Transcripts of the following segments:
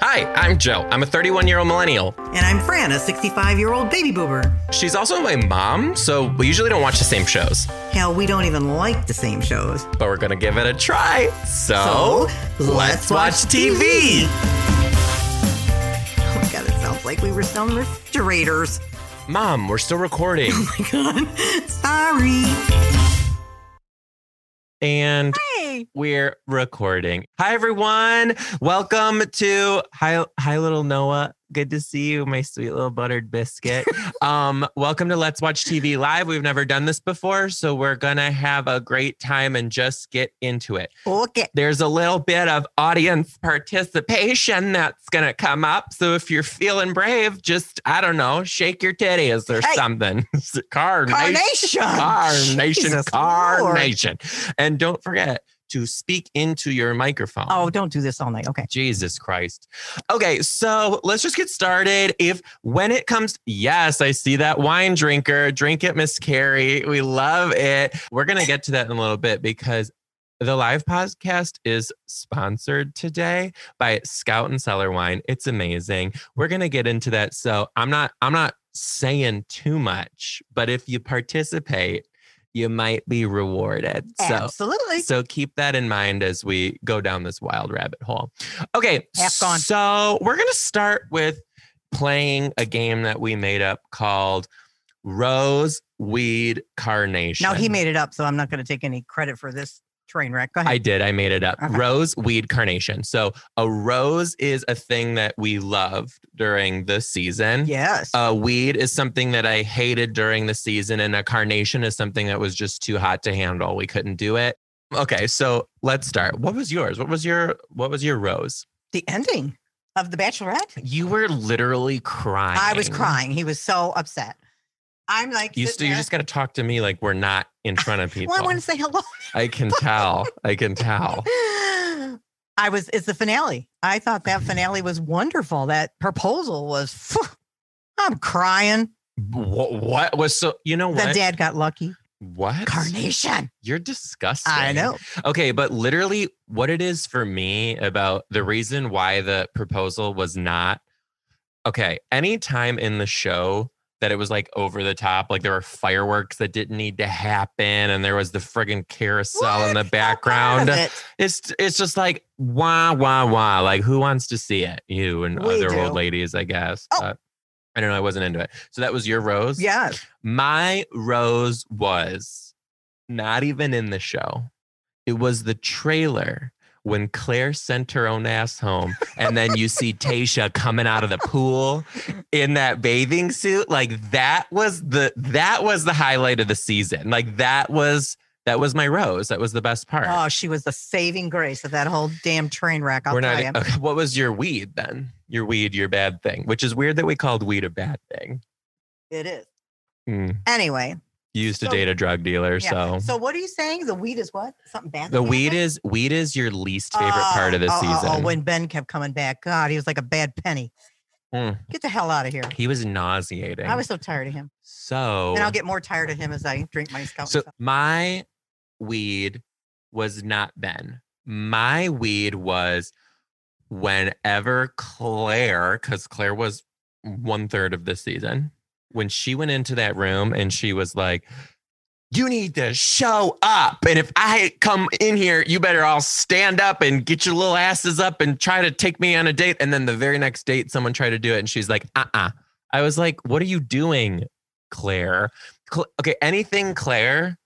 Hi, I'm Joe. I'm a 31 year old millennial. And I'm Fran, a 65 year old baby boomer. She's also my mom, so we usually don't watch the same shows, Hell, we don't even like the same shows. but we're gonna give it a try. So, So, let's watch TV. Oh my god, it sounds like we were selling refrigerators. Oh Mom, we're still recording. My god. Sorry. and we're recording. Hi, everyone. Welcome to Hi, Hi Little Noah. Good to see you, my sweet little buttered biscuit. um, welcome to Let's Watch TV Live. We've never done this before, so we're gonna have a great time and just get into it. Okay. there's a little bit of audience participation that's going to come up. So if you're feeling brave, just, I don't know, shake your titties or Hey. something. Carnation. Carnation. Carnation. Jesus Carnation. And don't forget to speak into your microphone. Lord. Oh, don't do this all night. Okay. Jesus Christ. Okay, so let's just get started. If when it comes, yes, I see that wine drinker. Drink it, Miss Carrie. We love it. We're gonna get to that in a little bit because the live podcast is sponsored today by Scout and Cellar Wine. It's amazing. We're gonna get into that. So I'm not I'm not saying too much, but if you participate, you might be rewarded. So Absolutely. so keep that in mind as we go down this wild rabbit hole. Okay. Half gone. So we're going to start with playing a game that we made up called Rose Weed Carnation. Now he made it up, so I'm not going to take any credit for this train wreck. Go ahead. I did. I made it up. Okay. Rose weed carnation. So a rose is a thing that we loved during the season. yes. A Uh, weed is something that I hated during the season, and a carnation is something that was just too hot to handle. We couldn't do it. Okay, so let's start. What was yours? What was your What was your rose? the ending of The Bachelorette. You were literally crying. I was crying. He was so upset. I'm like, You sitting st- you there. just got to talk to me like we're not in front of people. well, I want to say hello. I can tell. I can tell. I was, it's the finale. I thought that finale was wonderful. That proposal was, phew, I'm crying. What, what was so? You know Then what? dad got lucky. what? Carnation. You're disgusting. I know. Okay, but literally, what it is for me about the reason why the proposal was not okay, anytime in the show that it was like over the top, like there were fireworks that didn't need to happen, and there was the friggin' carousel in the What? Not part of background. it. It's it's just like wah wah wah. Like who wants to see it? You and We other old do. ladies, I guess. Oh. but I don't know. I wasn't into it. So that was your rose. Yeah. My rose was not even in the show. It was the trailer when Claire sent her own ass home, and then you see Tasha coming out of the pool in that bathing suit. Like that was the that was the highlight of the season. Like that was that was my rose. That was the best part. Oh, she was the saving grace of that whole damn train wreck. I'll We're tell not. e you. okay, what was your weed then? Your weed, your bad thing. Which is weird that we called weed a bad thing. It is. Mm. Anyway, You used to So- date a drug dealer, yeah. so what are you saying? The weed is what? Something bad? The that weed happened? is weed is your least favorite part of the Oh, oh, oh, season. Oh, when Ben kept coming back, God, he was like a bad penny. Mm. Get the hell out of here. he was nauseating. I was so tired of him. so And I'll get more tired of him as I drink my scout. so stuff. my weed was not Ben. My weed was whenever Claire, because Claire was one third of the season, when she went into that room and she was like, You need to show up. And if I come in here, you better all stand up and get your little asses up and try to take me on a date. And then the very next date, someone tried to do it. And she's like, Uh uh I was like, What are you doing, Claire? Cl- okay, anything Claire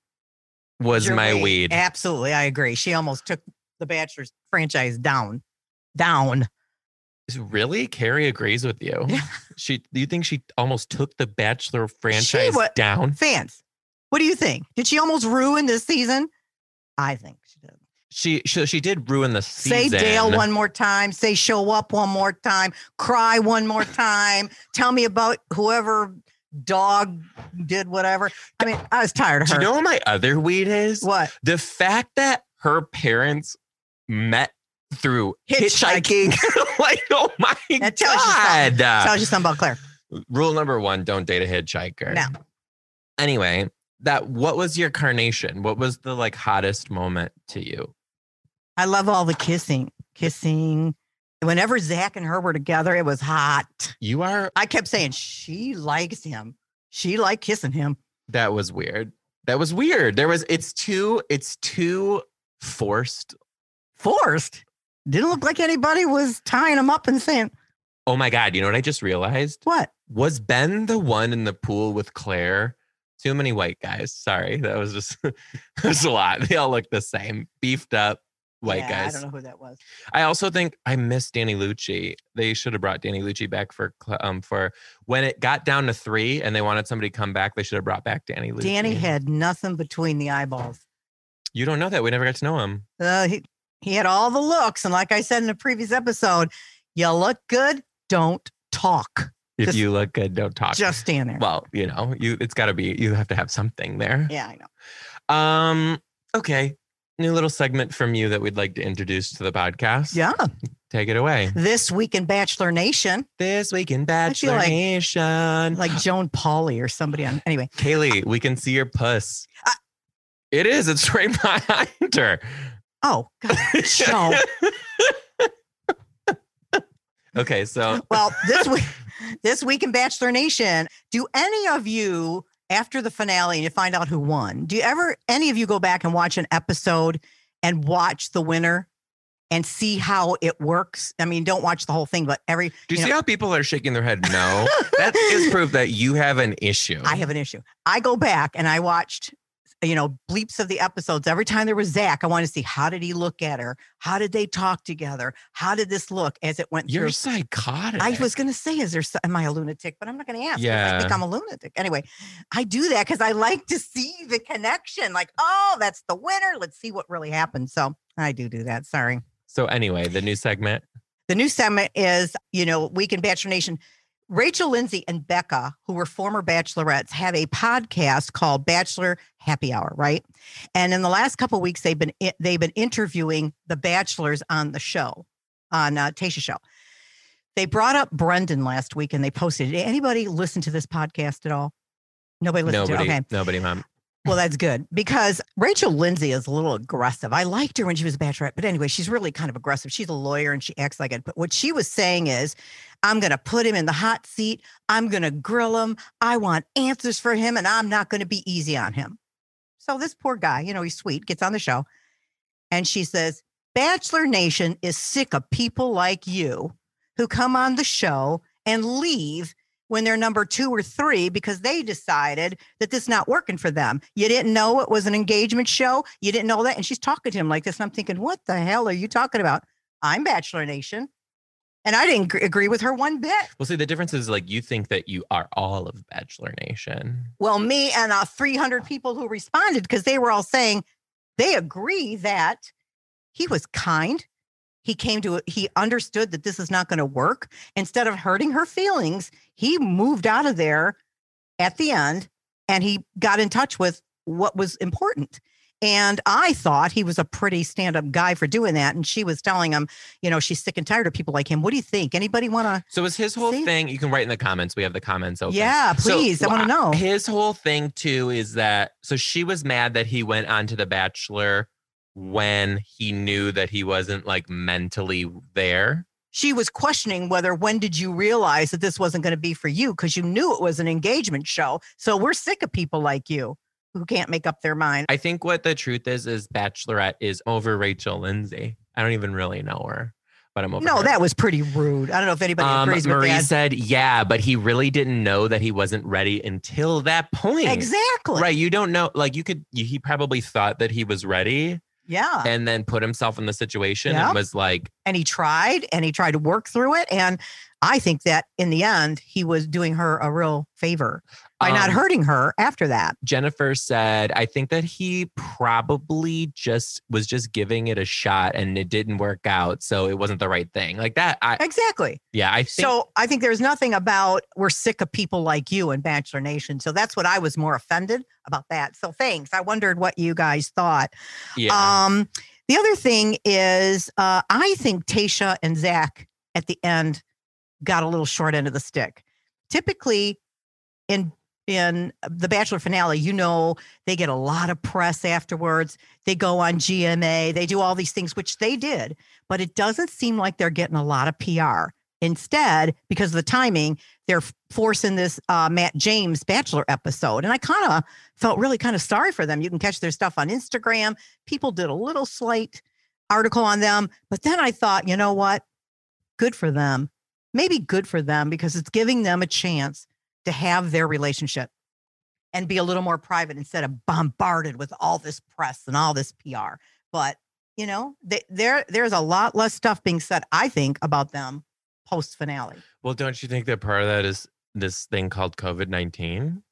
was Your my weed. Absolutely. I agree. She almost took the Bachelor's franchise down. Down. Really? Carrie agrees with you. Yeah. She do you think she almost took the Bachelor franchise wa- down? Fans, what do you think? Did she almost ruin this season? I think she did. She she, she did ruin the Say season. Dale one more time. Say show up one more time. Cry one more time. Tell me about whoever dog did whatever. I mean, I was tired of Do her. you know what my other weed is? what? The fact that her parents met through Hitchhiking. hitchhiking. like, oh my That tells you something. god. Tells you something about Claire. Rule number one, don't date a hitchhiker. No. Anyway, that what was your carnation? What was the like hottest moment to you? I love all the kissing, kissing, whenever Zach and her were together, it was hot. You are I kept saying she likes him. She liked kissing him. that was weird. That was weird. There was it's too it's too forced. Forced. Didn't look like anybody was tying him up and saying, Oh my god, you know what I just realized? What? Was Ben the one in the pool with Claire? Too many white guys. Sorry. That was just there's a lot. They all look the same. Beefed up white Yeah, guys. I don't know who that was. I also think I miss Danny Lucci. They should have brought Danny Lucci back for cl- um for when it got down to three and they wanted somebody to come back. They should have brought back Danny Lucci. Danny had nothing between the eyeballs. You don't know that. We never got to know him. Uh, he, he had all the looks. And like I said in the previous episode, you look good, don't talk. If Just- you look good, don't talk. Just stand there. well, you know, you it's got to be. You have to have something there. yeah, I know. Um. Okay. New little segment from you that we'd like to introduce to the podcast. Yeah. Take it away. This week in Bachelor Nation, This week in feel Bachelor like- Nation. like Joan Pauley or somebody on anyway. Kaylee, we can see your puss. I- it is. It's right behind her. Oh, God. Joan. Okay, so well, this week, this week in Bachelor Nation, do any of you after the finale and you find out who won? Do you ever any of you go back and watch an episode and watch the winner and see how it works? I mean, don't watch the whole thing, but every do you, You see how people are shaking their head? No, that is proof that you have an issue. I have an issue. I go back and I watched, you know, bleeps of the episodes. Every time there was Zach, I wanted to see how did he look at her? How did they talk together? How did this look as it went You're through? psychotic. I was going to say, is there, so- am I a lunatic? But I'm not going to ask. 'cause I think Yeah. I'm a lunatic. Anyway, I do that because I like to see the connection. Like, oh, that's the winner. Let's see what really happened. So I do do that. Sorry. So anyway, the new segment. The new segment is, you know, Week in Bachelor Nation. Rachel Lindsay and Becca, who were former bachelorettes, have a podcast called Bachelor Happy Hour, right? And in the last couple of weeks, they've been they've been interviewing the bachelors on the show, on uh, Tasha's show. They brought up Brendan last week, and they posted. Did anybody listen to this podcast at all? Nobody listened nobody, to it. Okay. nobody, mom. Well, that's good because Rachel Lindsay is a little aggressive. I liked her when she was a bachelorette, but anyway, she's really kind of aggressive. She's a lawyer and she acts like it. But what she was saying is, I'm going to put him in the hot seat. I'm going to grill him. I want answers for him, and I'm not going to be easy on him. So this poor guy, you know, he's sweet, gets on the show, and she says, Bachelor Nation is sick of people like you who come on the show and leave when they're number two or three because they decided that this not working for them. You didn't know it was an engagement show. You didn't know that. And she's talking to him like this. And I'm thinking, what the hell are you talking about? I'm Bachelor Nation. And I didn't gr- agree with her one bit. Well, see, the difference is like you think that you are all of Bachelor Nation. Well, me and uh, 300 people who responded because they were all saying they agree that he was kind. He came to a, he understood that this is not going to work. Instead of hurting her feelings, he moved out of there at the end and he got in touch with what was important. And I thought he was a pretty stand up guy for doing that. And she was telling him, you know, she's sick and tired of people like him. What do you think? Anybody want to? So is his whole See? thing? You can write in the comments. We have the comments open. Yeah, So, please. I want to know. His whole thing too is that so she was mad that he went on to The Bachelor when he knew that he wasn't like mentally there. she was questioning whether when did you realize that this wasn't going to be for you because you knew it was an engagement show. So we're sick of people like you who can't make up their mind. I think what the truth is is Bachelorette is over Rachel Lindsay. I don't even really know her, but I'm over. No, her. that was pretty rude. I don't know if anybody Um, agrees with Marie that. said, "Yeah, but he really didn't know that he wasn't ready until that point." Exactly. Right, you don't know. Like you could, he probably thought that he was ready, Yeah. and then put himself in the situation Uh. Yeah. and was like, And he tried and he tried to work through it. And I think that in the end, he was doing her a real favor by not um, hurting her after that. Jennifer said, I think that he probably just was just giving it a shot and it didn't work out. So it wasn't the right thing. Like that. I, Exactly. yeah, I think So I think there's nothing about we're sick of people like you in Bachelor Nation. So that's what I was more offended about that. So thanks. I wondered what you guys thought. yeah. Um, the other thing is, uh, I think Tasha and Zach at the end got a little short end of the stick. Typically, in in the Bachelor finale, you know, they get a lot of press afterwards. They go on GMA, they do all these things, which they did, but it doesn't seem like they're getting a lot of PR. Instead, because of the timing, they're forcing this uh, Matt James Bachelor episode. And I kind of felt really kind of sorry for them. You can catch their stuff on Instagram. People did a little slight article on them. But then I thought, you know what? Good for them. Maybe good for them because it's giving them a chance to have their relationship and be a little more private instead of bombarded with all this press and all this PR. But you know, they, there there's a lot less stuff being said, I think, about them post finale. Well, don't you think that part of that is this thing called COVID nineteen?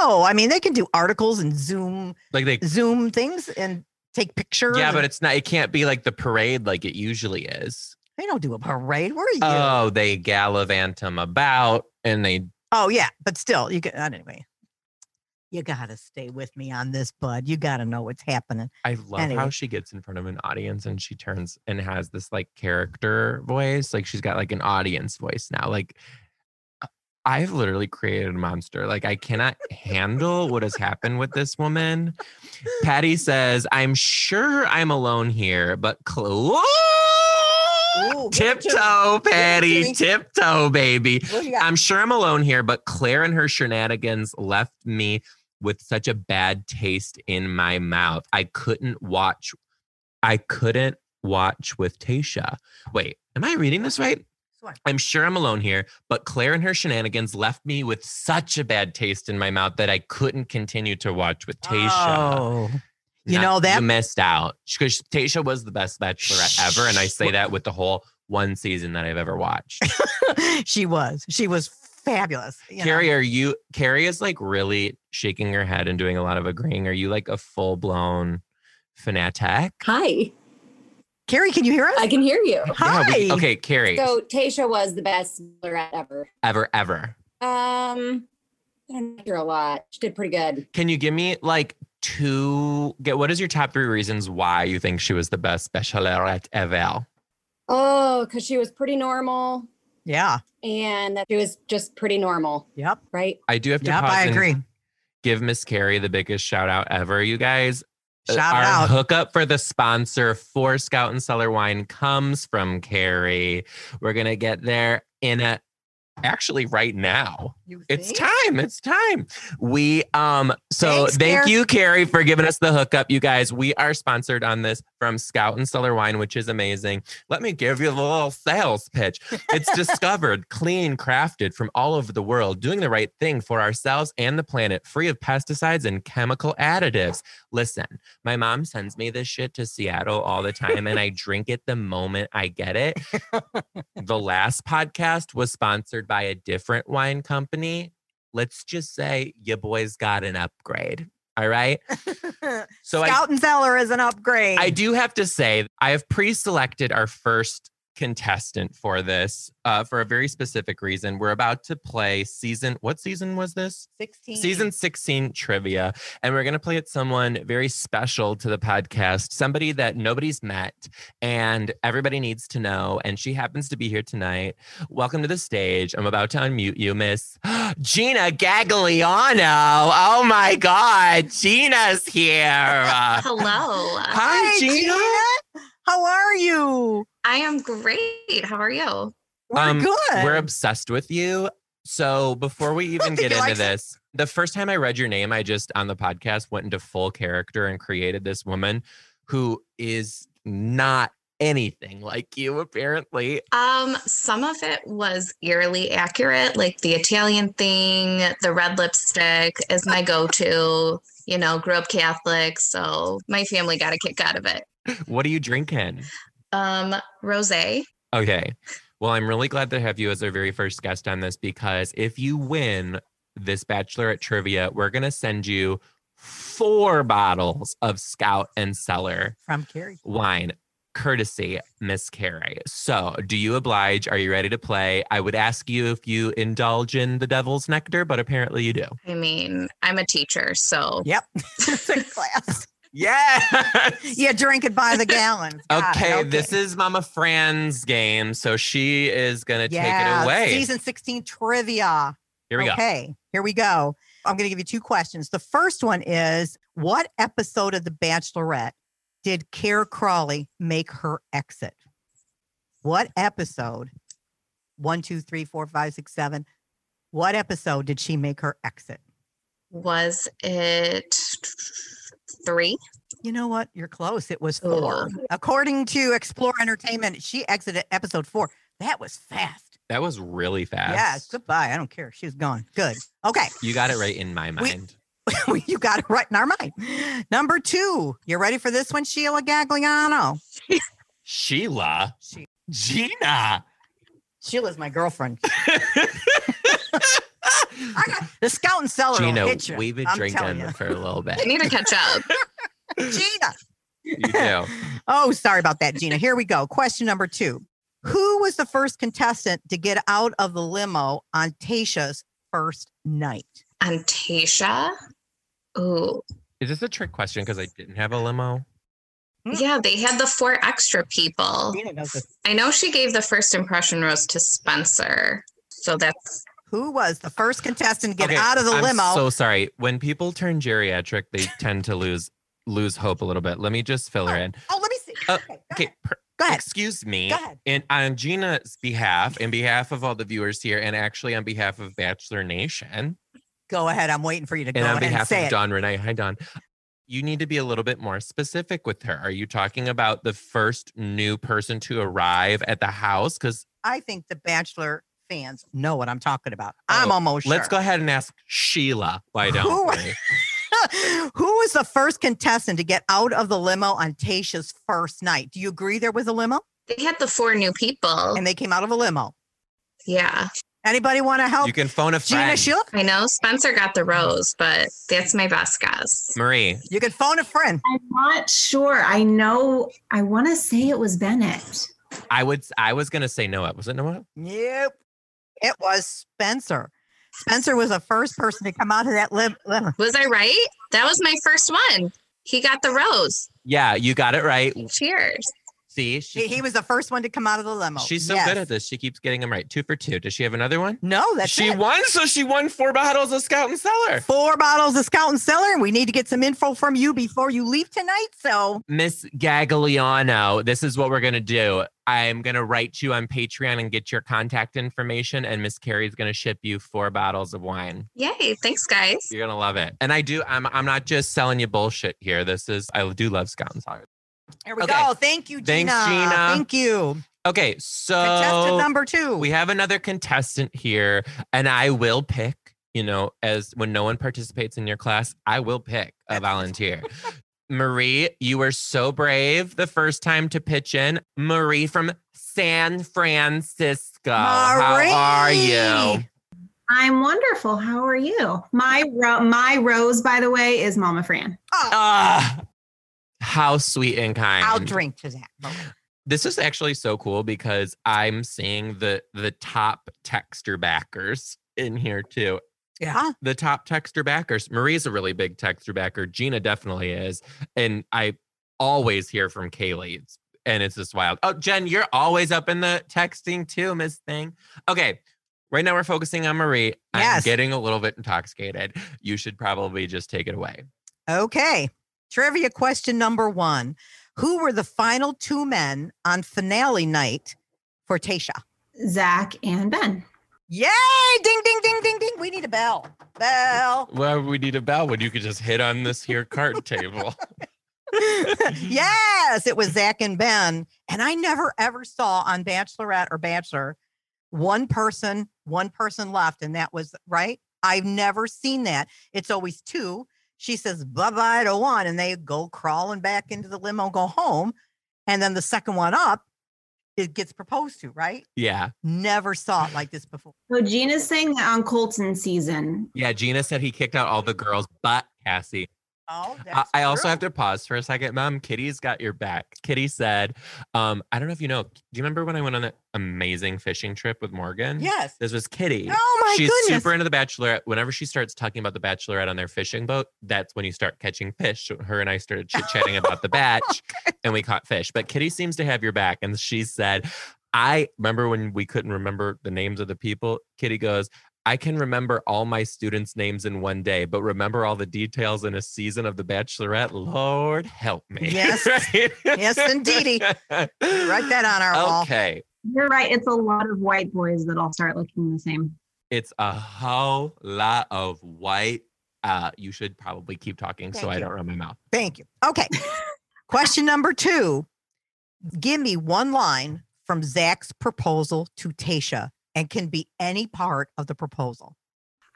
No, I mean they can do articles and Zoom Like they, Zoom things and take pictures. yeah, but and- it's not. It can't be like the parade like it usually is. they don't do a parade. Where are you? Oh, they gallivant them about and they oh yeah, but still, you can. Anyway, you gotta stay with me on this, bud. You gotta know what's happening. I love how Anyway. she gets in front of an audience and she turns and has this like character voice. Like she's got like an audience voice now. Like uh, I've literally created a monster. Like I cannot handle what has happened with this woman. Patty says, I'm sure I'm alone here, but cl- Ooh, give it to me. tiptoe, me. Patty, tiptoe, baby. What do you got? I'm sure I'm alone here, but Claire and her shenanigans left me with such a bad taste in my mouth. I couldn't watch. I couldn't watch with Tasha. Wait, am I reading this right? Sure. I'm sure I'm alone here, but Claire and her shenanigans left me with such a bad taste in my mouth that I couldn't continue to watch with Tasha. Oh. You know that- you missed out because Tasha was the best bachelorette ever, and I say that with the whole one season that I've ever watched. she was. She was fabulous. you know. Carrie, are you Carrie is like really shaking her head and doing a lot of agreeing. Are you like a full blown fanatic? Hi, Carrie, can you hear us? I can hear you. Yeah, we- Hi. okay, Carrie. So Tasha was the best bachelorette ever. ever, ever. Um, I don't hear a lot. She did pretty good. Can you give me like two get what is your top three reasons why you think she was the best bachelorette ever? Oh, because she was pretty normal, yeah. and that she was just pretty normal, Yep. right? I do have to Yep. pause I and agree. give Miss Carrie the biggest shout out ever, you guys. Shout Uh, Our out. hookup for the sponsor for Scout and Cellar Wine comes from Carrie. We're gonna get there in a actually right now. It's time. It's time. We um so Thanks, thank Carrie. you, Carrie, for giving us the hookup. You guys, we are sponsored on this from Scout and Cellar Wine, which is amazing. Let me give you a little sales pitch. It's discovered, clean, crafted from all over the world, doing the right thing for ourselves and the planet, free of pesticides and chemical additives. Listen, my mom sends me this shit to Seattle all the time, and I drink it the moment I get it. the last podcast was sponsored by a different wine company. Let's just say your boys got an upgrade. All right. So I Scout and Zeller is an upgrade. I do have to say, I have pre selected our first contestant for this uh, for a very specific reason. We're about to play season, what season was this? 16. Season 16 trivia. And we're going to play it someone very special to the podcast, somebody that nobody's met and everybody needs to know. And she happens to be here tonight. Welcome to the stage. I'm about to unmute you, Miss Gina Gagliano. Oh my God. Gina's here. Uh, Hello. Hi, Gina. How are you? I am great. How are you? We're Um, good. We're obsessed with you. So before we even think get he into likes it. this, the first time I read your name, I just on the podcast went into full character and created this woman who is not anything like you, apparently. Um, some of it was eerily accurate, like the Italian thing, the red lipstick is my go-to. You know, grew up Catholic, so my family got a kick out of it. What are you drinking? Um, rosé. Okay. Well, I'm really glad to have you as our very first guest on this because if you win this Bachelorette trivia, we're going to send you four bottles of Scout and Cellar. from Carrie. wine courtesy miss carrie so do you oblige are you ready to play i would ask you if you indulge in the devil's nectar but apparently you do I mean, I'm a teacher, so Yep. it's a class. yeah You drink it by the gallon. Got it. okay, this is mama fran's game so she is gonna Yeah, take it away Season 16 trivia. here we go Okay, here we go. I'm going to give you two questions. The first one is what episode of The Bachelorette did Care Crawley make her exit? What episode? One, two, three, four, five, six, seven. What episode did she make her exit? Was it three? You know what? You're close. It was Ooh. four. According to Explore Entertainment, she exited episode four. That was fast. That was really fast. Yes. Goodbye. I don't care. She's gone. Good. Okay. You got it right in my mind. you got it right in our mind. Number two. You ready for this one, Sheila Gagliano? Sheila. She- Gina. Sheila's my girlfriend. I got the scout and cellar. will Gina, hit ya. we've been I'm telling drinking ya. for a little bit. I need to catch up. Gina. You do. Oh, sorry about that, Gina. Here we go. Question number two Who was the first contestant to get out of the limo on Tasha's first night? On Tasha. Ooh. Is this a trick question? Because I didn't have a limo. Mm. Yeah, they had the four extra people. Gina knows this. I know she gave the first impression rose to Spencer. So that's Who was the first contestant to get Okay, out of the I'm limo? so sorry. When people turn geriatric, they tend to lose lose hope a little bit. Let me just fill her in. oh, let me see. Uh, okay, go Okay, ahead. per- Go ahead. excuse me. Go ahead. And on Gina's behalf, in behalf of all the viewers here, and actually on behalf of Bachelor Nation, Go ahead. I'm waiting for you to go and on ahead and behalf say of it. Don Renee, hi Don. You need to be a little bit more specific with her. Are you talking about the first new person to arrive at the house? Because I think the Bachelor fans know what I'm talking about. I'm Oh, almost let's sure. go ahead and ask Sheila. Why Who- don't we? Who was the first contestant to get out of the limo on Tasha's first night? Do you agree there was a limo? they had the four new Oh. people. And they came out of a limo. Yeah. Anybody want to help? You can phone a Gina friend. Sheila? I know Spencer got the rose, but that's my best guess. Marie, You can phone a friend. I'm not sure. I know. I want to say it was Bennett. I would. I was gonna say Noah. Was it Noah? Yep. It was Spencer. Spencer was the first person to come out of that limo. Was I right? That was my first one. He got the rose. Yeah, you got it right. Cheers. See, she, He, he was the first one to come out of the limo. she's so Yes. good at this. She keeps getting them right. Two for two. Does she have another one? No, that's she it. won, so she won four bottles of Scout and Cellar. Four bottles of Scout and Cellar, and we need to get some info from you before you leave tonight. So Miss Gagliano, this is what we're gonna do. I'm gonna write you on Patreon and get your contact information, and Miss Carrie's gonna ship you four bottles of wine. Yay. Thanks, guys. You're gonna love it. And I do. I'm. I'm not just selling you bullshit here. This is. I do love Scout and Cellar. there we Okay. go. Thank you, Gina. Thanks, Gina. Thank you. Okay, so Contestant number two. we have another contestant here and i will pick you know as when no one participates in your class i will pick a volunteer marie you were so brave the first time to pitch in marie from san francisco Marie! how are you I'm wonderful. How are you? My ro- my rose, by the way, is Mama Fran. Oh, ah how sweet and kind I'll drink to that. Okay. this is actually so cool because i'm seeing the the top texter backers in here too Yeah. the top texter backers. Marie's a really big texter backer. Gina definitely is. And I always hear from Kaylee. It's, and it's just wild. Oh, Jen, you're always up in the texting too, Miss Thing. Okay. Right now we're focusing on Marie. I'm Yes. getting a little bit intoxicated. You should probably just take it away. Okay. Trivia question number one Who were the final two men on finale night for Tasha? Zach and Ben. Yay! Ding, ding, ding, ding, ding. We need a bell. Bell. Well, we need a bell when you could just hit on this here card table. yes, it was Zach and Ben. And I never ever saw on Bachelorette or Bachelor one person, one person left. And that was right. I've never seen that. It's always two. She says bye bye to one, and they go crawling back into the limo, go home. And then the second one up, it gets proposed to, right? Yeah. Never saw it like this before. So Gina's saying that on Colton season. Yeah. Gina said he kicked out all the girls, but Cassie. Oh, I, that's I also true. have to pause for a second, Mom. Kitty's got your back. Kitty said, um, I don't know if you know, do you remember when I went on that amazing fishing trip with Morgan? Yes. This was Kitty. Oh my She's goodness. super into the Bachelorette. Whenever she starts talking about the Bachelorette on their fishing boat, that's when you start catching fish. So Her and I started chit chatting about Oh the batch and we caught fish. But Kitty seems to have your back. And she said, I remember when we couldn't remember the names of the people. Kitty goes, I can remember all my students' names in one day, but remember all the details in a season of The Bachelorette. Lord help me. Yes. Right? Yes, indeedy. Write Write that on our wall. Okay. You're right. It's a lot of white boys that all start looking the same. It's a whole lot of white. Uh, you should probably keep talking so Thank I you. don't run my mouth. Thank you. Okay. Question number two. Give me one line from Zach's proposal to Tasha and can be any part of the proposal.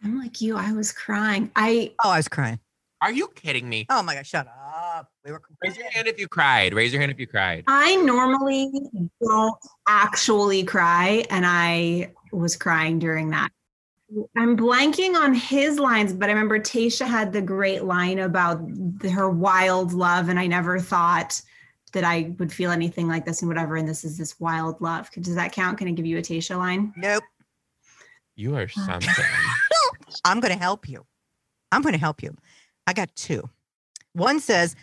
I'm like you. I was crying. I Oh, I was crying. Are you kidding me? Oh my God, shut up. We were Raise your hand if you cried. Raise your hand if you cried. I normally don't actually cry, and I was crying during that. I'm blanking on his lines, but I remember Tasha had the great line about the, her wild love, and I never thought that I would feel anything like this and whatever. And this is this wild love. Does that count? Can I give you a Tasha line? Nope. You are Ah. something. I'm going to help you. I'm going to help you. I got two. One says,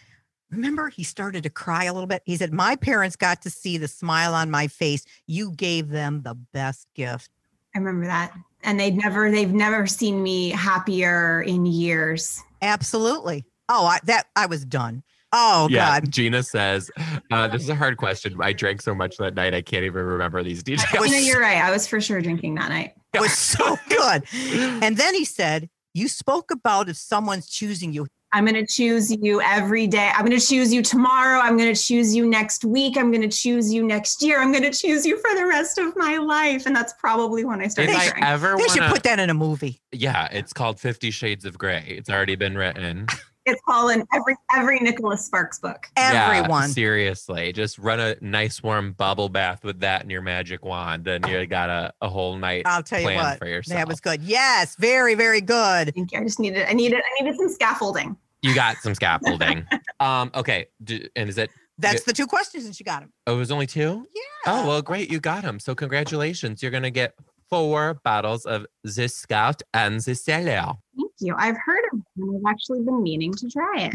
Remember, he started to cry a little bit. He said, My parents got to see the smile on my face. You gave them the best gift. I remember that. And they'd never, they've never seen me happier in years. Absolutely. Oh, I, that I was done. Oh, yeah. God. Gina says, uh, this is a hard question. I drank so much that night I can't even remember these details. I, you know, you're right. I was for sure drinking that night. It was so good. And then he said, You spoke about if someone's choosing you. I'm going to choose you every day. I'm going to choose you tomorrow. I'm going to choose you next week. I'm going to choose you next year. I'm going to choose you for the rest of my life. And that's probably when I If started I crying. ever They want should to, put that in a movie. yeah, it's called Fifty Shades of Grey. It's already been written. it's all in every every Nicholas Sparks book. Yeah, Everyone. seriously, just run a nice warm bubble bath with that and your magic wand, and you got a, a whole night I'll tell you plan what. for yourself. That was good. Yes. Very, very good. Thank you. I just needed I needed I needed some scaffolding. you got some scaffolding. um, okay, d- and is it? That's the two questions, and she got them. Oh, it was only two. Yeah. Oh well, great, you got them. So congratulations, you're gonna get four bottles of the Scout and the Cellar. Thank you. I've heard of it and I've actually been meaning to try it.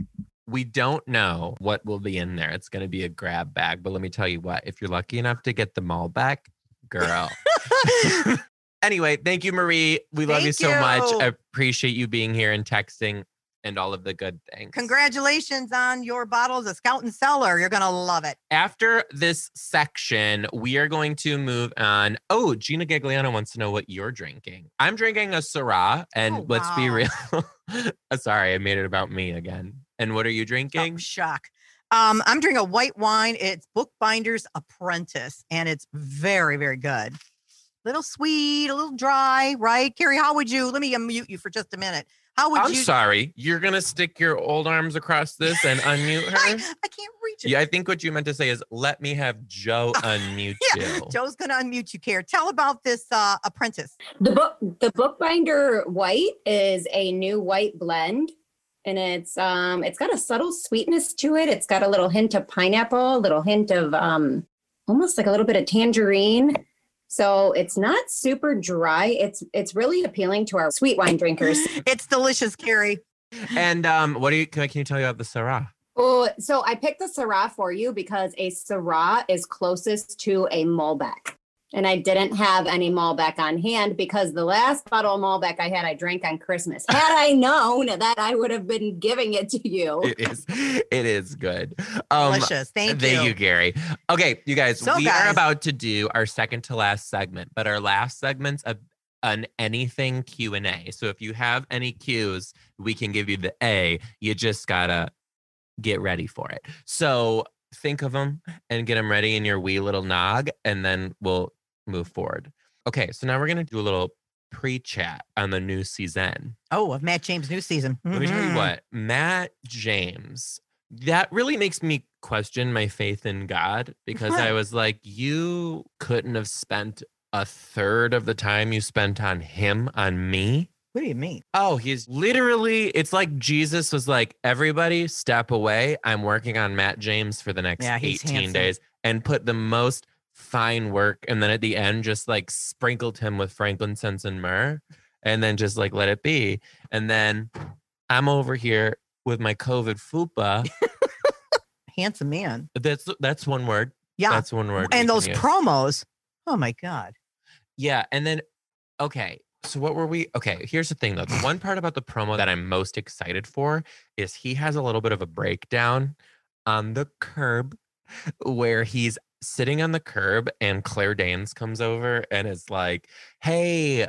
We don't know what will be in there. It's gonna be a grab bag, but let me tell you what: if you're lucky enough to get them all back, girl. anyway, thank you, Marie. We love you Thank so much. you. I appreciate you being here and texting and all of the good things. Congratulations on your bottles of Scout and Cellar. You're going to love it. After this section, we are going to move on. Oh, Gina Gagliano wants to know what you're drinking. I'm drinking a Syrah, and Oh, let's be wow. real. Uh, Sorry, I made it about me again. And what are you Oh, drinking? shock. Um, I'm drinking a white wine. It's Bookbinder's Apprentice, and it's very, very good. Little sweet, a little dry, right? Carrie, how would you? Let me unmute you for just a minute. How would I'm you? sorry. You're gonna stick your old arms across this and unmute I, her. I can't reach it. Yeah, I think what you meant to say is let me have Joe unmute Yeah, you. Joe's going to unmute you, Carrie. Tell about this uh, Apprentice. The book, the bookbinder white is a new white blend, and it's um, it's got a subtle sweetness to it. It's got a little hint of pineapple, a little hint of um, almost like a little bit of tangerine. So it's not super dry. It's it's really appealing to our sweet wine drinkers. It's delicious, Carrie. And um, what do you can, I- can you tell you about the Syrah? Oh, so I picked the Syrah for you because a Syrah is closest to a Malbec. And I didn't have any Malbec on hand because the last bottle of Malbec I had, I drank on Christmas. Had I known that, I would have been giving it to you. Oh. It is, it is good. Um, delicious. Thank, Thank you. you, Gary. Okay, you guys, So, we are guys- about to do our second to last segment, but our last segment's a, an anything Q and A. So if you have any Qs, we can give you the A. You just gotta get ready for it. So think of them and get them ready in your wee little nog, and then we'll move forward. Okay, so now we're gonna do a little pre-chat on the new season. Oh, of Matt James' new season. Let me tell you Mhm. what, Matt James, that really makes me question my faith in God because I What? was like, you couldn't have spent a third of the time you spent on him, on me. What do you mean? Oh, he's literally, it's like Jesus was like, everybody step away. I'm working on Matt James for the next Yeah, he's 18 handsome. days and put the most fine work. And then at the end, just like sprinkled him with frankincense and myrrh and then just like let it be. And then I'm over here with my COVID fupa. Handsome man. That's that's one word. Yeah. That's one word. we can and those use. promos. Oh my God. yeah. And then, okay, So what were we? Okay, here's the thing though. The one part about the promo that I'm most excited for is he has a little bit of a breakdown on the curb where he's sitting on the curb and Claire Danes comes over and is like, "Hey,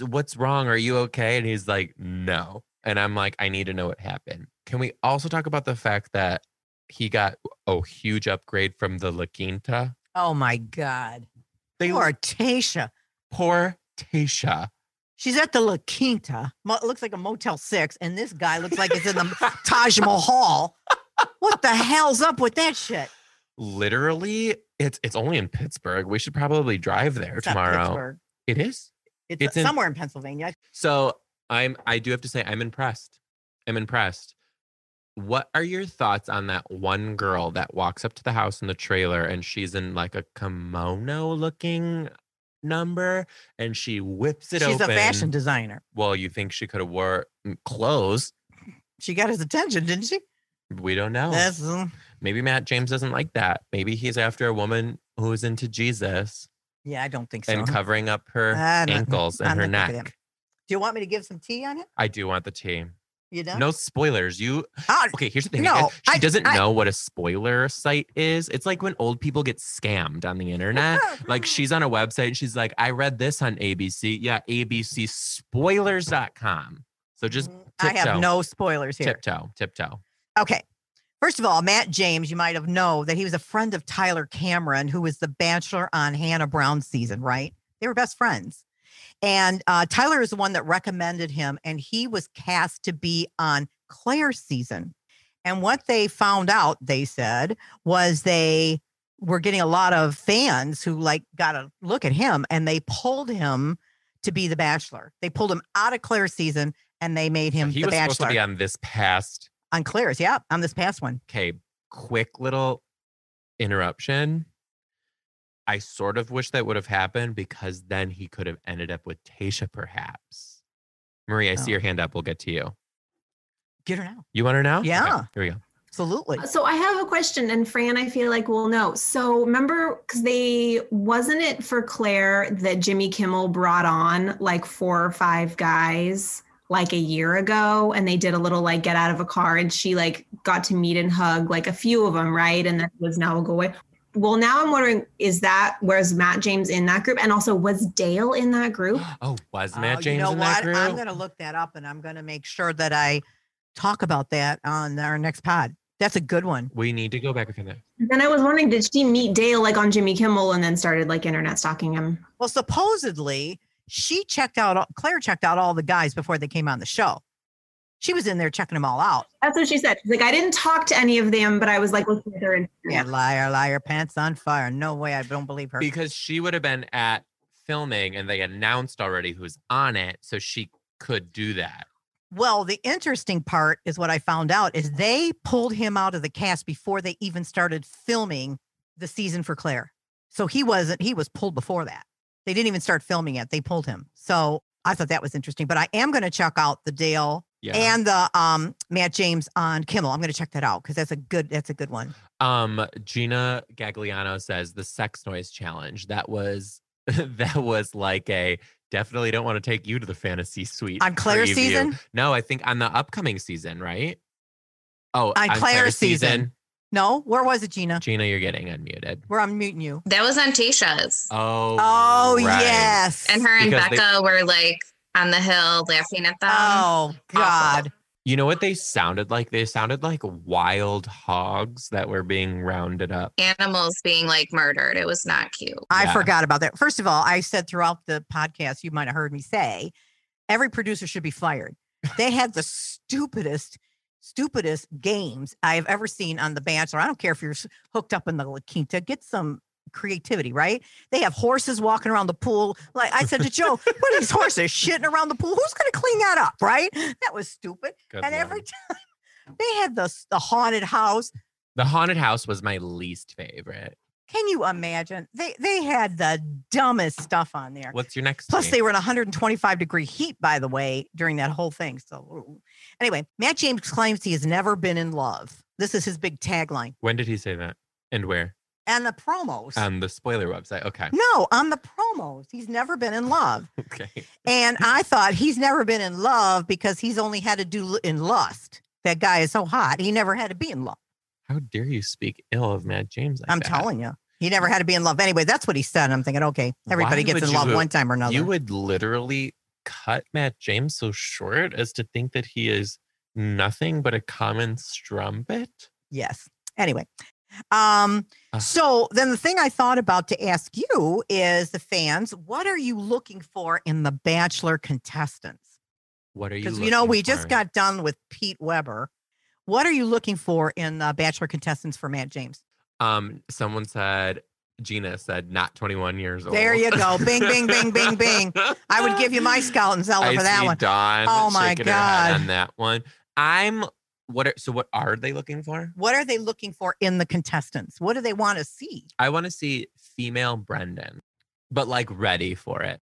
what's wrong? Are you okay?" And he's like, "No." And I'm like, "I need to know what happened." Can we also talk about the fact that he got a huge upgrade from the La Quinta? Oh my God. They Poor Tasha. poor Tasha. She's at the La Quinta. Mo- it looks like a Motel 6, and this guy looks like it's in the Taj Mahal. What the hell's up with that shit? literally it's it's only in Pittsburgh. We should probably drive there It's not tomorrow. Pittsburgh. It is. It's, It's in- somewhere in Pennsylvania. So I'm I do have to say I'm impressed. I'm impressed. What are your thoughts on that one girl that walks up to the house in the trailer and she's in like a kimono looking number and she whips it She's open? a fashion designer. Well, you think she could have wore mm, clothes? She got his attention, didn't she? We don't know. That's mm, Maybe Matt James doesn't like that. Maybe he's after a woman who is into Jesus yeah, I don't think so. and covering up her I don't- ankles and I'm her not gonna do neck. that. Do you want me to give some tea on it? I do want the tea. You know? No spoilers. You Ah, okay? Here's the thing. No, No, she I- doesn't I- know what a spoiler site is. It's like when old people get scammed on the internet. like she's on a website and she's like, "I read this on ABC. Yeah, ABCSpoilers.com." So just Mm, I have tiptoe. no spoilers here. tiptoe, tiptoe. Okay. First of all, Matt James, you might have known that he was a friend of Tyler Cameron, who was the bachelor on Hannah Brown's season, right? They were best friends. And uh, Tyler is the one that recommended him, and he was cast to be on Claire's season. And what they found out, they said, was they were getting a lot of fans who like got a look at him and they pulled him to be the bachelor. They pulled him out of Claire's season and they made him he the was supposed to bachelor be on this past. on Claire's. Yeah, on this past one. Okay, quick little interruption. I sort of wish that would have happened because then he could have ended up with Tasha, perhaps. Marie, I see Oh. your hand up. We'll get to you. Get her now. You want her now? Okay, Yeah. here we go. Absolutely. So I have a question, and Fran, I feel like will know. So remember, because they wasn't it for Claire that Jimmy Kimmel brought on like four or five guys like a year ago, and they did a little like get out of a car, and she like got to meet and hug like a few of them, right? And that was now will go away. Well, now I'm wondering, is that where's Matt James in that group? And also, was Dale in that group? Oh, was Uh, Matt James you know in what? that group? I'm going to look that up and I'm going to make sure that I talk about that on our next pod. That's a good one. We need to go back and that. Then I was wondering, did she meet Dale like on Jimmy Kimmel and then started like internet stalking him? Well, supposedly she checked out, all- Claire checked out all the guys before they came on the show. She was in there checking them all out. That's what she said. She's like, I didn't talk to any of them, but I was like looking at their Instagram. Yeah. Liar, liar, pants on fire. No way. I don't believe her. Because she would have been at filming and they announced already who's on it. So she could do that. Well, the interesting part is what I found out is they pulled him out of the cast before they even started filming the season for Claire. So he wasn't he was pulled before that. They didn't even start filming it. They pulled him. So I thought that was interesting, but I am going to check out the Dale Yeah. and the um Matt James on Kimmel. I'm going to check that out cuz that's a good that's a good one. um Gina Gagliano says the sex noise challenge. That was that was like a definitely don't want to take you to the fantasy suite. On Claire's preview. season? No, I think on the upcoming season, right? Oh, on, Claire's season. No, where was it, Gina? Gina, you're getting unmuted. Where I'm muting you. That was on Tasha's. Oh, Oh, right. yes. And her um, and Because they- Becca were like on the hill laughing at them. Oh god. You know what they sounded like? They sounded like wild hogs that were being rounded up. Animals being like murdered. It was not cute. Um, I Yeah. forgot about that. First of all, I said throughout the podcast, you might have heard me say, every producer should be fired. They had the stupidest, stupidest games I have ever seen on The Bachelor. I don't care if you're s- hooked up in the La Quinta, get some creativity, right? They have horses walking around the pool. Like I said to Joe, what are these horses shitting around the pool? Who's going to clean that up, right? That was stupid. Good and every lord. time they had the, s- the haunted house, the haunted house was my least favorite. can you imagine? They they had the dumbest stuff on there. What's your next? Plus, thing? they were in 125 degree heat, by the way, during that whole thing. So, ooh. anyway, Matt James claims he has never been in love. This is his big tagline. When did he say that? And where? and the promos. on the spoiler website. Okay. no, on the promos. He's never been in love. Okay. And I thought he's never been in love because he's only had to do l- in lust. That guy is so hot. He never had to be in love. How dare you speak ill of Matt James? Like I'm that? telling you. He never had to be in love. Anyway, that's what he said. I'm thinking, okay, everybody Why gets would in love you- one time or another. You would literally cut Matt James so short as to think that he is nothing but a common strumpet. Yes. Anyway. Um, Ah. so then the thing I thought about to ask you is the fans, what are you looking for in the bachelor contestants? What are you? Because you know, looking we just for? got done with Pete Weber. What are you looking for in the bachelor contestants for Matt James? Um, someone said Gina said not 21 years old. There you go. Bing, bing, bing, bing, bing. I would give you my scout and zealot I for that see one. Dawn Oh my shaking her head God. on that one. I'm what? Are, so what are they looking for? What are they looking for in the contestants? What do they want to see? I want to see female Brendan, but like ready for it.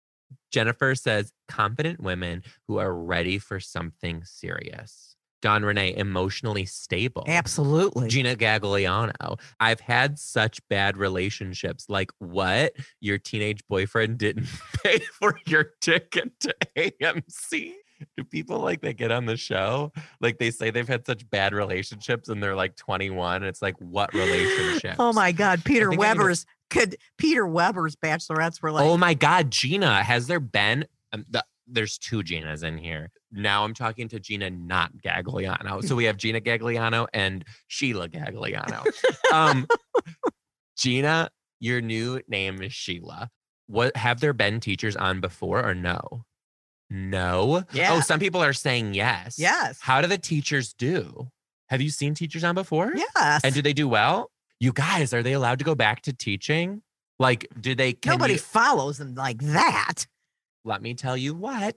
Jennifer says confident women who are ready for something serious. Don Renee, emotionally stable. Absolutely. Oh, Gina Gagliano. I've had such bad relationships. Like, what? Your teenage boyfriend didn't pay for your ticket to AMC? Do people like that get on the show? Like, they say they've had such bad relationships and they're like 21. It's like, what relationship? Oh my God, Peter think I need to- Weber's could Peter Weber's bachelorettes were like, oh my God, Gina, has there been? Um, the, there's two Ginas in here. Now I'm talking to Gina, not Gagliano. So we have Gina Gagliano and Sheila Gagliano. Um, Gina, your new name is Sheila. What have there been teachers on before or no? No. Oh, Yeah. some people are saying yes. Yes. How do the teachers do? Have you seen teachers on before? yes. And do they do well? You guys, are they allowed to go back to teaching? Like, do they? Can Nobody you- follows them like that. let me tell you what.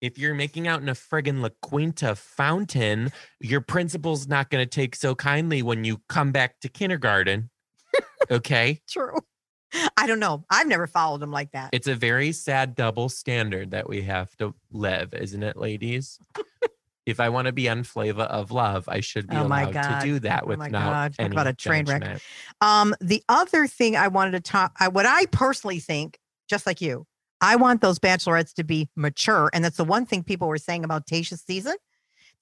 If you're making out in a friggin' La Quinta fountain, your principal's not going to take so kindly when you come back to kindergarten. okay. True. I don't know. I've never followed them like that. It's a very sad double standard that we have to live, isn't it, ladies? if I want to be on Flavor of Love, I should be Oh my allowed God. to do that Oh with my no God. Talk any about a train wreck. judgment. Um, the other thing I wanted to talk, I, what I personally think, just like you, I want those bachelorettes to be mature, and that's the one thing people were saying about Tasha's season.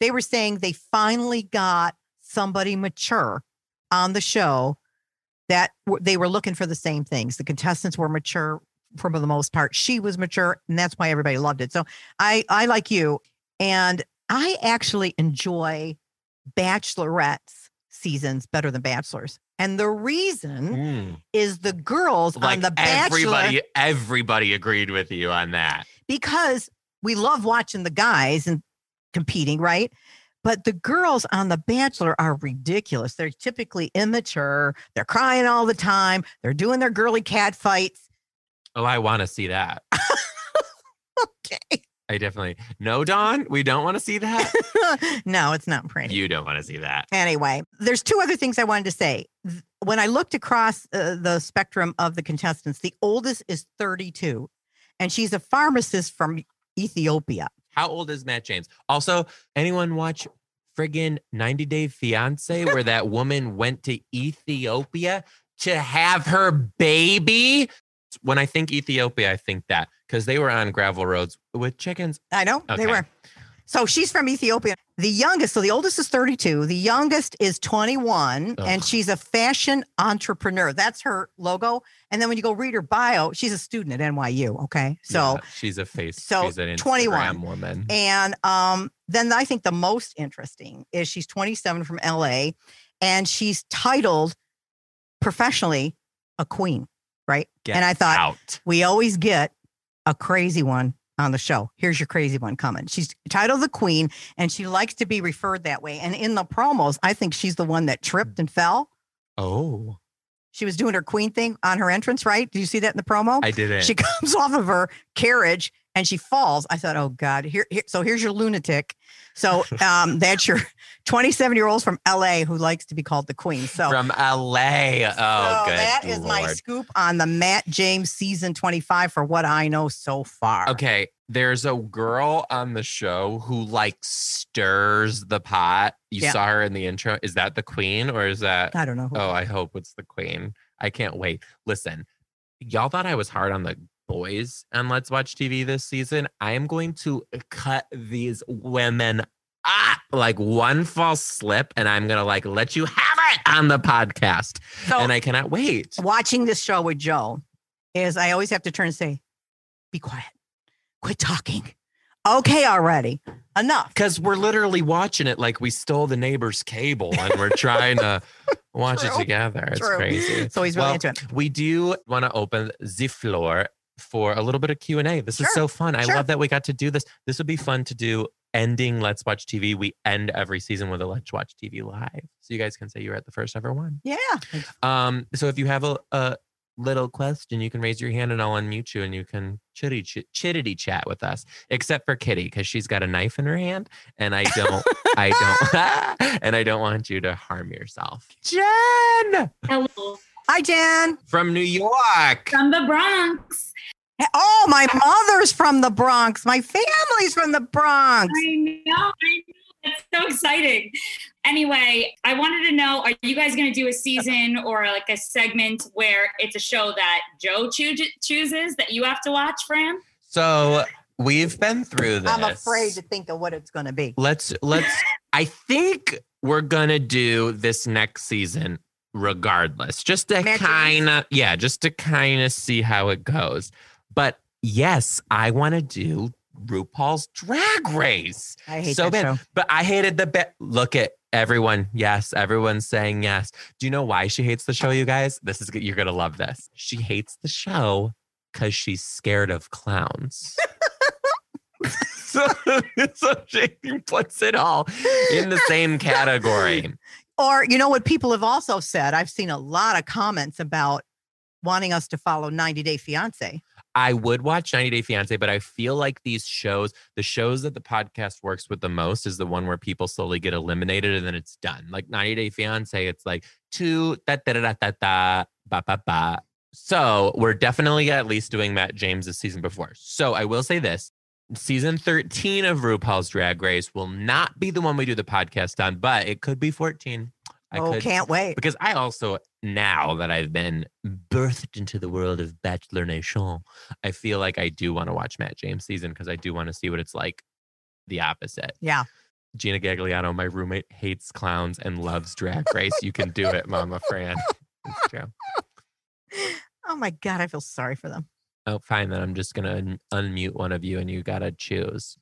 They were saying they finally got somebody mature on the show that w- they were looking for the same things. The contestants were mature for the most part. She was mature, and that's why everybody loved it. So I, I like you, and I actually enjoy bachelorettes seasons better than bachelors. And the reason Mm. is the girls Like Hmm? on the bachelor everybody, everybody agreed with you on that. because we love watching the guys and competing, right? But the girls on The Bachelor are ridiculous. They're typically immature. They're crying all the time. They're doing their girly cat fights. Oh, I want to see that. Okay. I definitely. No, Don, we don't want to see that. no, it's not pretty. you don't want to see that. Anyway, there's two other things I wanted to say. Th- When I looked across uh, the spectrum of the contestants, the oldest is 32, and she's a pharmacist from Ethiopia. How old is Matt James? Also, anyone watch friggin' 90 Day Fiance where that woman went to Ethiopia to have her baby? When I think Ethiopia, I think that because they were on gravel roads with chickens. I know Okay. they were. So she's from Ethiopia. The youngest, so the oldest is 32, the youngest is 21, and Ugh. she's a fashion entrepreneur. That's her logo. And then when you go read her bio, she's a student at NYU. Okay. So, Yeah, she's a face. so she's an 21. Instagram woman. and um, then I think the most interesting is she's 27 from LA and she's titled professionally a queen, right? Get and I thought, out. we always get a crazy one on the show. Here's your crazy one coming. She's titled the Queen, and she likes to be referred that way. And in the promos, I think she's the one that tripped and fell. Oh, She was doing her queen thing on her entrance, right? Did you see that in the promo? I didn't. she comes off of her carriage and she falls. I thought, oh God, here, here so here's your lunatic. So um, that's your 27 year old from LA who likes to be called the queen. So From LA. Oh, so good. that is my Lord. scoop on the Matt James season 25 for what I know so far. Okay, there's a girl on the show who like stirs the pot. You Yeah. saw her in the intro. Is that the queen or is that? I don't know. Who. Oh, I hope it's the queen. I can't wait. Listen, y'all thought I was hard on the boys on Let's Watch TV this season. I am going to cut these women up like one false slip, and I'm gonna like let you have it on the podcast. So and I cannot wait. watching this show with Joe is I always have to turn and say, be quiet. Quit talking. Okay, already. Enough. Because we're literally watching it like we stole the neighbor's cable and we're trying to watch it True. together. It's True. crazy. So he's really Well, into it. we do want to open the floor for a little bit of q&a this Sure. is so fun i Sure. love that we got to do this this would be fun to do ending let's watch tv we end every season with a let's watch tv live so you guys can say you were at the first ever one Yeah. um so if you have a, a little question you can raise your hand and i'll unmute you and you can chitty chit- chittity chat with us except for kitty because she's got a knife in her hand and i don't i don't and i don't want you to harm yourself jen Hello. Hi, Jan. from new york From the Bronx. Hey, Oh, my mother's from the Bronx. My family's from the Bronx. I know. I know. That's so exciting. Anyway, I wanted to know are you guys going to do a season or like a segment where it's a show that Joe choo- chooses that you have to watch, Fran? So we've been through this. I'm afraid to think of what it's going to be. Let's let's. I think we're gonna do this next season, regardless, just to Matches. kind of yeah, just to kind of see how it goes. But yes, I want to do RuPaul's Drag Race. I hate So that bad. show. But I hated the bit. Look at everyone. Yes, everyone's saying yes. Do you know why she hates the show, you guys? This is you're gonna love this. She hates the show because she's scared of clowns. so, so she puts it all in the same category. Or you know what people have also said? I've seen a lot of comments about wanting us to follow 90 Day Fiance. I would watch 90 Day Fiance, but I feel like these shows, the shows that the podcast works with the most is the one where people slowly get eliminated and then it's done. Like 90 Day Fiance, it's like two da da da da da da ba ba ba. So we're definitely at least doing Matt James's season before. So I will say this. Season 13 of RuPaul's Drag Race will not be the one we do the podcast on, but it could be 14. I oh, could can't wait. because I also now that I've been birthed into the world of Bachelor Nation, I feel like I do want to watch Matt James season because I do want to see what it's like the opposite. Yeah. Gina Gagliano, my roommate, hates clowns and loves Drag Race. You can do it, Mama Fran. It's true. Oh my God, I feel sorry for them. Oh, fine. Then I'm just gonna un- unmute one of you, and you gotta choose.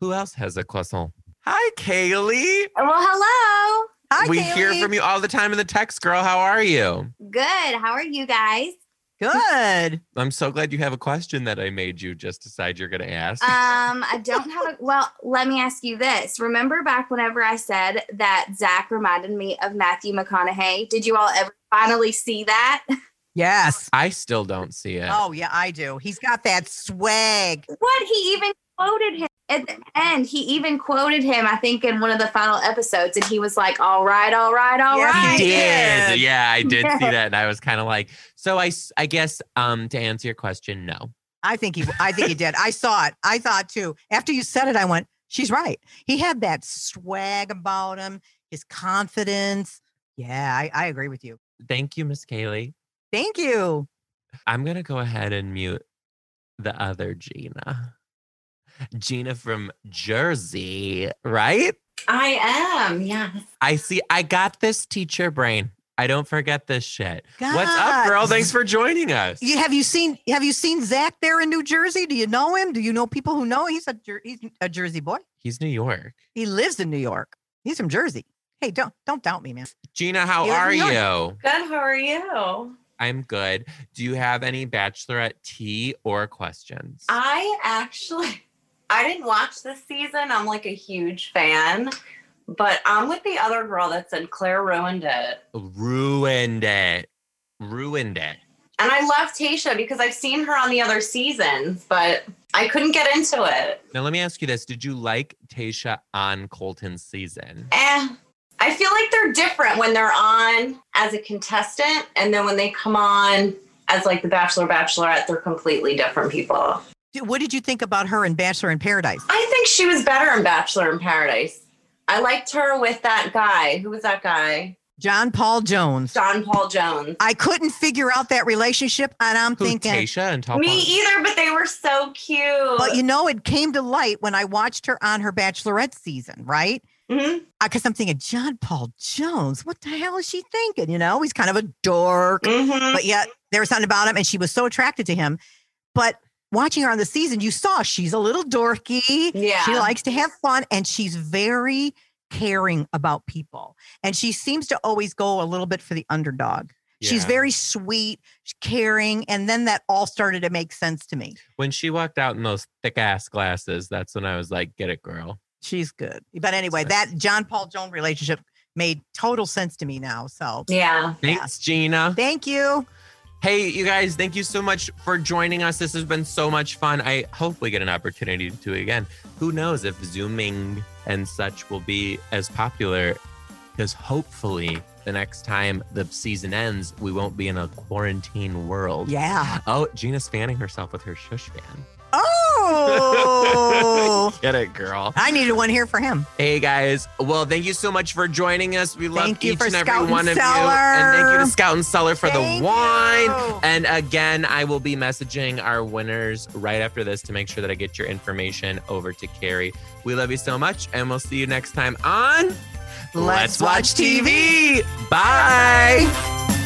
Who else has a croissant? Hi, Kaylee. Well, hello. Hi, we hear Kaylee. from you all the time in the text, girl. How are you? Good. How are you guys? Good. I'm so glad you have a question that I made you just decide you're going to ask. Uh, Um, I don't have a well, let me ask you this. Remember back whenever I said that Zach reminded me of Matthew McConaughey? Did you all ever finally see that? Yes. I still don't see it. Oh yeah, I do. He's got that swag. What he even quoted him at the end. He even quoted him, I think, in one of the final episodes, and he was like, All right, all right, all Yes, right. he I did. did. Yeah, I did see that. And I was kind of like, so I, s- I guess um, to answer your question, no. I think he. I think he did. I saw it. I thought too. After you said it, I went. She's right. He had that swag about him. His confidence. Yeah, I, I agree with you. Thank you, Miss Kaylee. Thank you. I'm going to go ahead and mute the other Gina. Gina from Jersey, right? I am, yeah. I see. I got this teacher brain. I don't forget this shit. What's God. up, girl? Thanks for joining us. Ah. You, have you seen Have you seen Zach there in New Jersey? Do you know him? Do you know people who know? him? He's a Jer- he's a Jersey boy. He's New York. He lives in New York. He's from Jersey. Hey, don't don't doubt me, man. Gina, how He lives in are New York. you? Good, how are you? I'm good. Do you have any bachelorette tea or questions? I actually I didn't watch this season. I'm like a huge fan. But I'm with the other girl that said Claire ruined it. Ruined it. Ruined it. And I love Tasha because I've seen her on the other seasons, but I couldn't get into it. Now let me ask you this. Did you like Tasha on Colton's season? Eh. I feel like they're different when they're on as a contestant and then when they come on as like the Bachelor Bachelorette, they're completely different people. Do- What did you think about her in Bachelor in Paradise? I think she was better in Bachelor in Paradise. I liked her with that guy. Who was that guy? John Paul Jones. John Paul Jones. I couldn't figure out that relationship, and I'm Who, thinking. Tayshia and Tall Me Pond? e-, either, but they were so cute. But you know, it came to light when I watched her on her bachelorette season, right? Mhm. Because I'm thinking, John Paul Jones, what the hell is she thinking? You know, he's kind of a dork, Mhm. but yet there was something about him, and she was so attracted to him. But watching her on the season, you saw she's a little dorky. yeah. She likes to have fun, and she's very caring about people. And she seems to always go a little bit for the underdog. She's Yeah. very sweet, caring, and then that all started to make sense to me. When she walked out in those thick ass glasses, that's when I was like, "Get it, girl." she's good. But anyway, That's that John Paul Jones relationship made total sense to me now. So yeah. Thanks, Gina. thank you. Hey, you guys, thank you so much for joining us. This has been so much fun. I hope we get an opportunity to do it again. Who knows if Zooming and such will be as popular because hopefully the next time the season ends, we won't be in a quarantine world. Yeah. Oh, Gina's fanning herself with her shush fan. Oh, Get it, girl. I needed one here for him. Hey guys, well, thank you so much for joining us. We love Thank you each for and Scout every and one of you, and thank you Cellar. to Scout and Seller for Thank the wine. you. And again, I will be messaging our winners right after this to make sure that I get your information over to Carrie. We love you so much, and we'll see you next time on Let's Watch TV. Bye.